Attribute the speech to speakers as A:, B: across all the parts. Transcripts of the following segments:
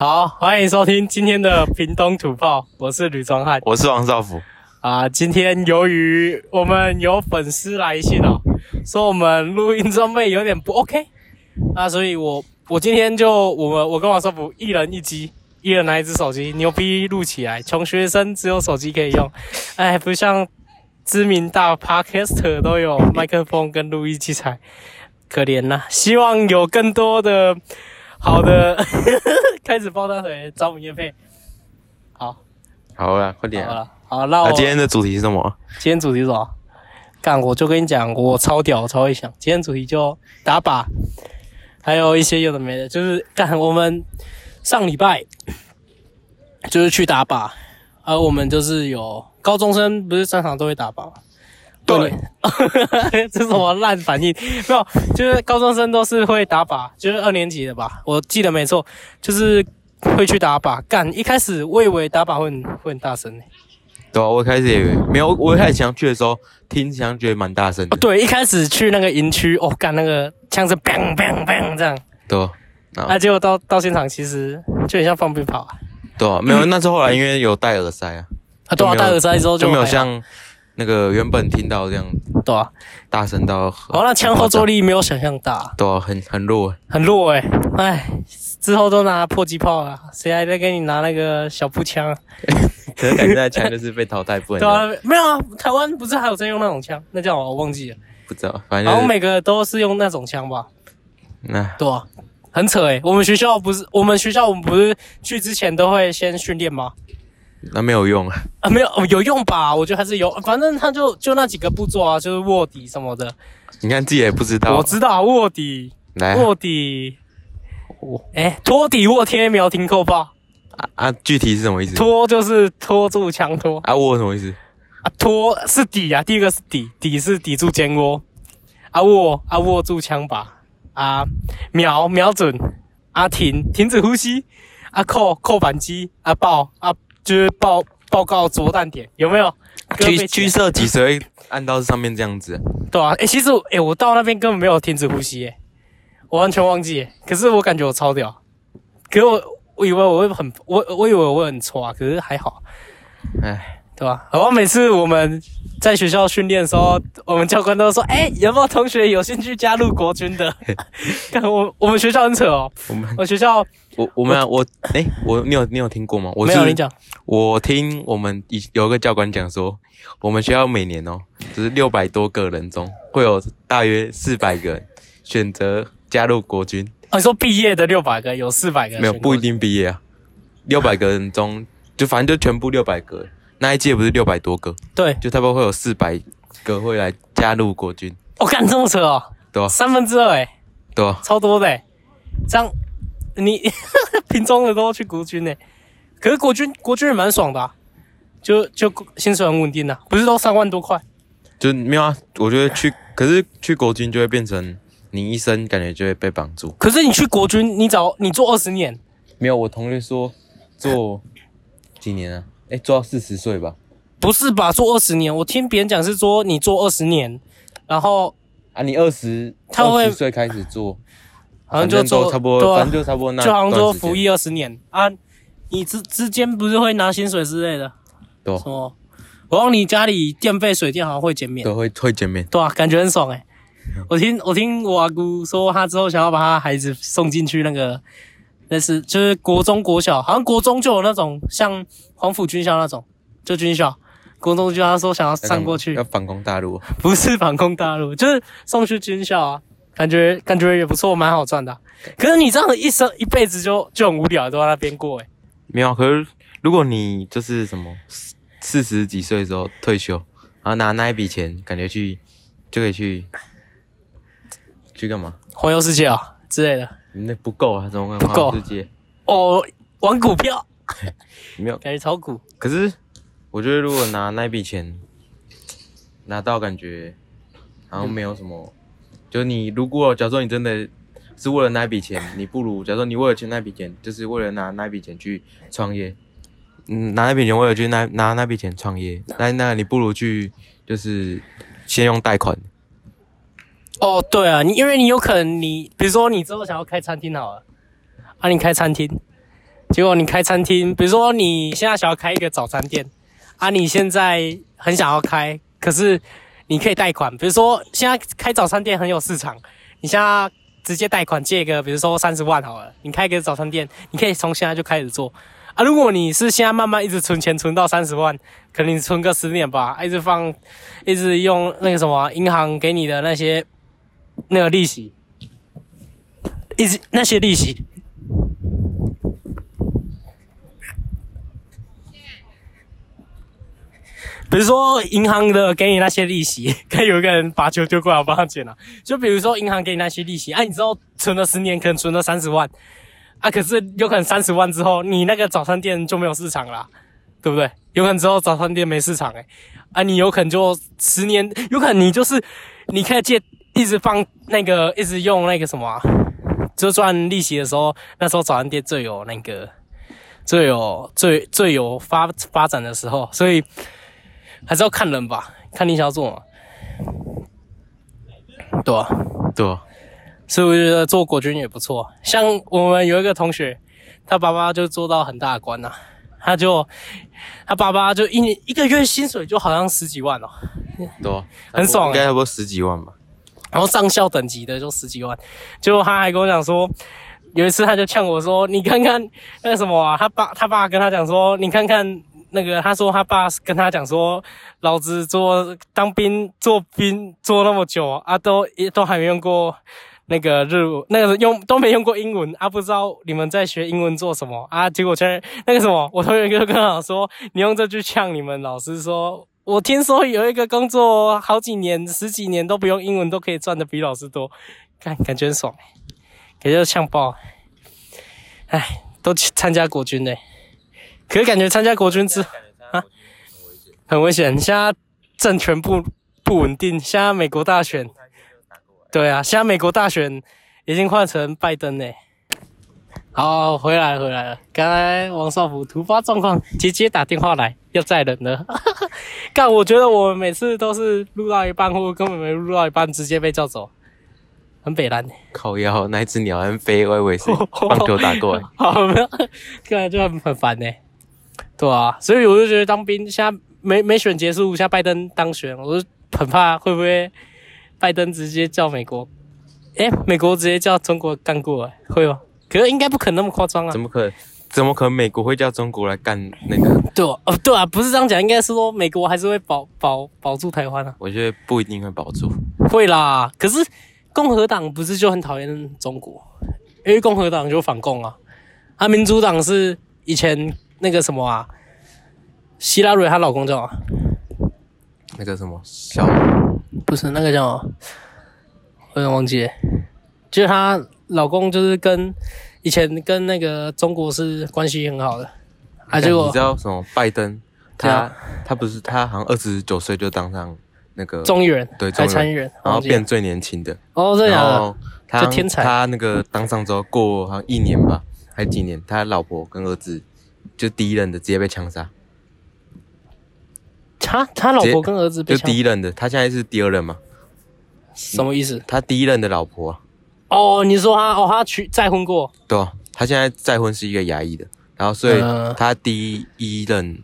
A: 好，欢迎收听今天的屏东土炮，我是吕庄汉
B: 我是王少福，
A: 啊。今天由于我们有粉丝来信哦，说我们录音装备有点不 OK，那所以我我今天就我们我跟王少福一人一机，一人拿一只手机，牛逼录起来。穷学生只有手机可以用，哎，不像知名大 podcaster 都有麦克风跟录音器材，可怜呐、希望有更多的好的 开始抱大腿找我们叶配。好，
B: 好了，快点
A: 好
B: 啊！
A: 了，好，那我
B: 那今天的主题是什么？
A: 今天主题是什么？干，我就跟你讲，我超屌，我超会想。今天主题就打靶，还有一些有的没的，就是干。我们上礼拜就是去打靶，而、我们就是有高中生，不是正常都会打靶吗？
B: 对
A: 对， 这是什么烂反应？没有，就是高中生都是会打靶，就是二年级的吧，我记得没错，就是会去打靶。干，一开始我以为打靶会很会很大声欸呢、
B: 对啊，我一开始也以为没有，我一开始想去的时候，听想觉得蛮大声的，
A: 哦对，一开始去那个营区，哦，干那个枪声 bang bang bang 这样，
B: 对啊好
A: 啊，结果到到现场其实就很像放鞭炮啊，
B: 对啊，没有，那是后来因为有戴耳塞啊，
A: 啊，对啊，
B: 就没有
A: 戴耳塞之后
B: 就没有
A: 还好
B: 像那个原本听到这样
A: 对啊，
B: 大声到很，
A: 然后那枪后坐力没有想象大，
B: 对啊，很很弱，
A: 很弱哎、欸，哎，之后都拿迫击炮了，谁还在给你拿那个小步枪啊？
B: 可是感觉那枪就是被淘汰，不
A: 对
B: 能
A: 啊，没有啊，台湾不是还有在用那种枪？那叫我我忘记了，
B: 不知道，
A: 然
B: 反正就
A: 后
B: 是
A: 每个都是用那种枪吧？
B: 那
A: 对啊，很扯哎、我们学校不是，我们学校我们不是去之前都会先训练吗？
B: 那没有用啊，
A: 啊，没有哦有用吧？我觉得还是有，反正他就就那几个步骤啊，就是卧底什么的。
B: 你看自己也不知
A: 我
B: 道，
A: 知道啊卧底，
B: 来啊
A: 卧底，哎，托底卧天瞄停扣爆，
B: 啊，具体是什么意思？
A: 托就是托住枪托
B: 啊，握什么意思？
A: 啊，托是底啊，第一个是底，底是抵住肩窝，啊握啊握住枪靶，啊瞄瞄准，啊停停止呼吸，啊扣扣扳机，啊报啊就是报报告着弹点有没有？各位
B: 狙狙射几谁会按到上面这样子啊？
A: 对啊，哎、其实我哎、我到那边根本没有停止呼吸、欸，我完全忘记、欸。可是我感觉我超屌，可是我我以为我会很我我以为我会很挫啊，可是还好，
B: 哎。
A: 对吧、然后每次我们在学校训练的时候，我们教官都说：“哎、有没有同学有兴趣加入国军 的？”看我我们学校很扯哦，
B: 我们
A: 我学校
B: 我我们啊我哎、我你有你有听过吗？我
A: 没
B: 是
A: 有你讲，哦
B: 我听我们以有一个教官讲说，我们学校每年哦，就是六百多个人中会有大约四百个人选择加入国军，
A: 哦你说毕业的六百个有四百个
B: 没有
A: 选
B: 不
A: 过
B: 一定毕业啊，六百个人中就反正就全部六百个，那一届不是六百多个，
A: 对，
B: 就差不多会有四百个会来加入国军，
A: 我、哦、干这么扯哦，
B: 对吧、
A: 三分之二哎、
B: 对吧、
A: 超多的、欸。这样，你 平中的都去国军呢、可是国军国军也蛮爽的、啊，就就薪水很稳定的、啊，不是都三万多块？
B: 就没有啊，我觉得去可是去国军就会变成你一生感觉就会被绑住。
A: 可是你去国军，你找你做二十年，
B: 没有，我同学说做几年啊？哎、做到四十岁吧。
A: 不是吧？做二十年，我听别人讲是说你做二十年，然后
B: 啊，你二十，
A: 他会
B: 20岁开始做，
A: 好像
B: 反
A: 就
B: 正
A: 做
B: 都差不多，
A: 对
B: 反
A: 啊
B: 正，就差不多那
A: 就好像
B: 段
A: 说
B: 时
A: 服
B: 间
A: 役二十年啊，你之之间不是会拿薪水之类的？
B: 对啊
A: 什么？然后你家里电费、水电好像会减免。
B: 都会会见面。
A: 对啊，感觉很爽哎、我听我听我阿姑说，她之后想要把她孩子送进去那个，那是就是国中国小，好像国中就有那种像黄埔军校那种，就军校。国中就她说想要
B: 要干
A: 上
B: 嘛
A: 过去
B: 要，反攻大陆，啊
A: 不是反攻大陆，就是送去军校啊，感觉感觉也不错，蛮好赚的啊、可是你这样一生一辈子就就很无聊，都在那边过哎、
B: 没有啊。可是如果你就是什么四四十几岁的时候退休，然后拿那一笔钱，感觉去就可以去去干嘛？
A: 环游世界啊之类的。
B: 那不够啊，怎么
A: 不够
B: 世界
A: 哦，玩股票，
B: 没有。
A: 感觉炒股。
B: 可是我觉得如果拿那笔钱拿到，感觉好像没有什么。就你如果假如说你真的是为了那笔钱，你不如假如说你为了钱那笔钱，就是为了拿那笔钱去创业，嗯，拿那笔钱为了去那拿那笔钱创业，那那你不如去就是先用贷款，
A: 哦，对啊，你因为你有可能你，比如说你之后想要开餐厅好了，啊，你开餐厅，结果你开餐厅，比如说你现在想要开一个早餐店，啊，你现在很想要开，可是你可以贷款，比如说现在开早餐店很有市场，你现在直接贷款借个，比如说三十万好了，你开一个早餐店，你可以从现在就开始做。啊，如果你是现在慢慢一直存钱存到三十万，可能你存个十年吧，啊一直放，一直用那个什么银行给你的那些那个利息，一直那些利息，比如说银行的给你那些利息， 看有一个人把球丢过来，我帮他捡了。就比如说银行给你那些利息，啊，你知道存了十年，可能存了三十万，啊，可是有可能三十万之后，你那个早餐店就没有市场啦，对不对？有可能之后早餐店没市场、欸，诶，啊，你有可能就十年，有可能你就是你可以借，一直放那个，一直用那个什么、啊，就赚利息的时候，那时候早餐店最有那个，最有最最有发发展的时候，所以。还是要看人吧，看你想要做嘛。对啊，
B: 对啊，
A: 所以我觉得做国军也不错。像我们有一个同学，他爸爸就做到很大的官呐、啊他就他爸爸就一年一个月薪水就好像十几万哦，
B: 对啊，
A: 很爽
B: 应
A: 欸
B: 该差不多十几万吧。
A: 然后上校等级的就十几万，结果他还跟我讲说，有一次他就呛我说：“你看看那个什么啊，他爸他爸跟他讲说，你看看那个，他说他爸跟他讲说，老子做当兵做兵做那么久啊，都都还没用过那个日文，那个用都没用过英文啊，不知道你们在学英文做什么啊？结果现在那个什么，我同学就跟我讲说，你用这句呛你们老师说。我听说有一个工作好几年、十几年都不用英文都可以赚的比老师多，看感觉很爽、感觉呛爆。哎，都去参加国军嘞、可是感觉参加国军之啊很危险，现在政权不不稳定，现在美国大选，对啊，现在美国大选已经换成拜登嘞、好，回来了回来了。刚才王少福突发状况，直接打电话来，要载人了。 干，我觉得我们每次都是录到一半，或者根本没录到一半，直接被叫走，很北蓝、
B: 靠腰，那一只鸟还飞，我以 为是棒球打过来。
A: 好，没有，看来就很很烦呢、对啊，所以我就觉得当兵现在没没选结束，现在拜登当选，我就很怕会不会拜登直接叫美国，诶、美国直接叫中国干过来，会吗？可是应该不可能那么夸张啊
B: 怎。么可能？怎么可能美国会叫中国来干那个？
A: 对啊，哦，对啊，不是这样讲，应该是说美国还是会保保保住台湾啊。
B: 我觉得不一定会保住。
A: 会啦，可是共和党不是就很讨厌中国，因为共和党就反共啊，啊，民主党是以前那个什么啊，希拉蕊她老公叫啊，
B: 那个什么小
A: 不是那个叫什么，我有点忘记了，就是她老公就是跟以前跟那个中国是关系很好的，啊，结
B: 你
A: 果
B: 知道什么？拜登
A: 对
B: 他
A: 啊
B: 他不是他好像二十九岁就当上那个，
A: 众议员
B: 对
A: 还
B: 众议
A: 参议员，
B: 然后
A: 忘记了
B: 变最年轻的，
A: 哦，真的假
B: 然
A: 的？
B: 后他
A: 就天才
B: 他那个当上之后过好像一年吧，还几年，他老婆跟儿子就第一任的直接被枪杀，
A: 他他老
B: 直
A: 婆
B: 接
A: 跟儿子被
B: 就
A: 抢
B: 第，一任的，他现在是第二任嘛，
A: 什么意思？
B: 他第一任的老婆、啊，
A: 哦，你说他哦，他娶再婚过，
B: 对、啊，他现在再婚是一个牙医的，然后所以
A: 嗯
B: 他第一任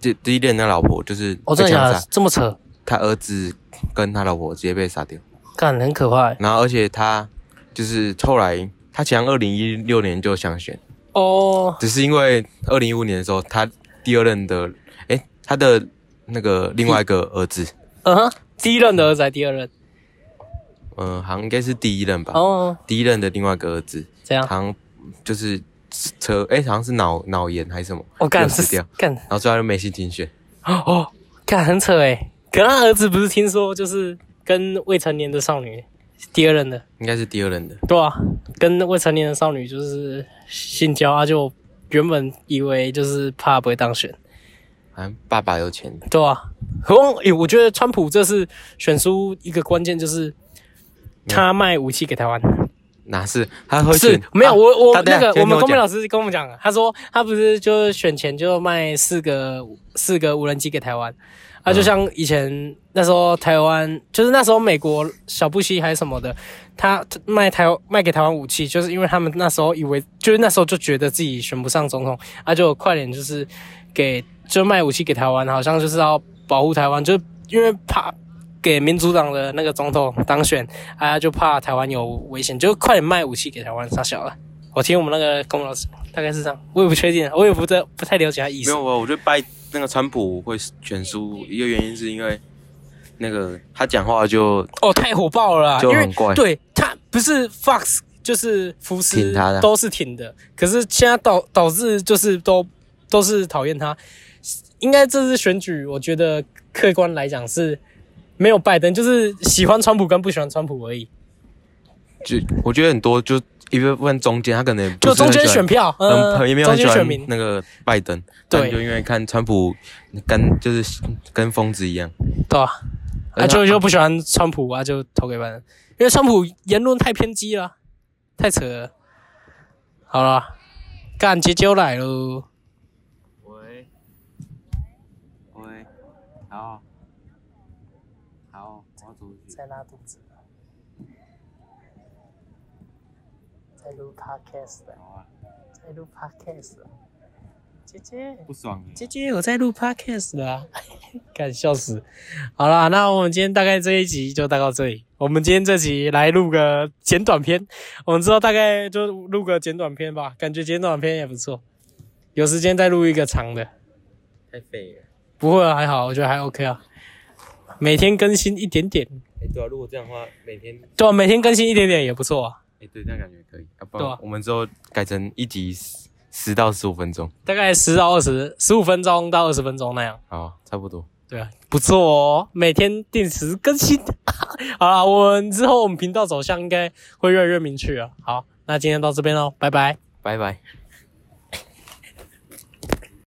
B: 就第一任的老婆就是
A: 哦，
B: 被
A: 真的假
B: 枪
A: 的
B: 杀，？
A: 这么扯，
B: 他儿子跟他老婆直接被杀掉。
A: 干很可怕欸。
B: 然后而且他就是后来他其实二零一六年就想选，
A: 哦，
B: 只是因为二零一五年的时候他第二任的，诶，他的那个另外一个儿子，
A: 嗯哼，第一任的儿子还是第二任？
B: 嗯、呃，好像应该是第一任吧，
A: 哦，
B: 第一任的另外一个儿子，
A: 这样？
B: 好像就是车，诶，好像是脑脑炎还是什么，
A: 我哦干
B: 就死
A: 是
B: 掉，
A: 干
B: 然后最后他就没心情选，
A: 哦，干很扯哎。可他儿子不是听说就是跟未成年的少女，第二任的，
B: 应该是第二任的，
A: 对啊，跟未成年的少女就是性交啊，就原本以为就是怕不会当选，
B: 好像爸爸有钱，
A: 对啊。何况，诶、我觉得川
B: 嗯
A: 普这次选出一个关键就是他卖武器给台湾，
B: 哪是他喝
A: 是
B: 钱
A: 没有
B: 啊
A: 我我
B: 他等
A: 那
B: 下
A: 个
B: 先
A: 我们
B: 听
A: 公民
B: 讲
A: 老师跟我们讲，他说他不是就是选前就卖四个四个无人机给台湾，啊，
B: 嗯
A: 就像以前那时候台湾就是那时候美国小布希还是什么的，他卖台卖给台湾武器，就是因为他们那时候以为就是那时候就觉得自己选不上总统，啊，就快点就是给就卖武器给台湾，好像就是要保护台湾，就是因为怕给民主党的那个总统当选，啊，就怕台湾有危险，就快点卖武器给台湾，傻小了。我听我们那个公老师大概是这样，我也不确定，我也不太不太了解他意
B: 没
A: 思
B: 有。啊，我觉得拜那个川普会全输，一个原因是因为那个他讲话就
A: 哦，太火爆了啦，
B: 就
A: 因为
B: 很怪
A: 对他不是 Fox 就是福斯
B: 挺他的
A: 都是挺的，可是现在导导致就是都都是讨厌他。应该这次选举，我觉得客观来讲是没有拜登，就是喜欢川普跟不喜欢川普而已，
B: 就我觉得很多就一部分中间他可能
A: 就中间选
B: 选
A: 票，
B: 嗯，
A: 呃
B: 也没有
A: 中
B: 很喜
A: 间
B: 欢
A: 选民。
B: 那个拜登，
A: 对
B: 但就因为看川普跟就是跟疯子一样，
A: 对啊，啊，
B: 而且
A: 就就不喜欢川普啊，就投给拜登，因为川普言论太偏激了，太扯了。好了，干杰就来喽，
B: 喂，喂，好，好，我要出去。
A: 在拉肚子，在录 podcast，在录 podcast，姐姐。
B: 不爽欸
A: 姐姐，我在录 podcast 的啊， 干笑死！好啦，那我们今天大概这一集就大概到这里。我们今天这集来录个简短片，我们之后大概就录个简短片吧，感觉简短片也不错。有时间再录一个长的，
B: 太废了。
A: 不会啊还好，我觉得还 OK 啊。每天更新一点点，
B: 哎、对啊，如果这样的话，每天
A: 对啊、每天更新一点点也不错啊，
B: 哎、对，这样感觉可以。啊，不
A: 对
B: 然
A: 啊
B: 我们之后改成一集十十到十五分钟，
A: 大概十到二十、十五分钟到二十分钟那样。
B: 好，差不多。
A: 对啊，不错哦，每天定时更新。 好啦，我们之后我们频道走向应该会越来越明确啊。好，那今天到这边喽，拜拜。
B: 拜拜。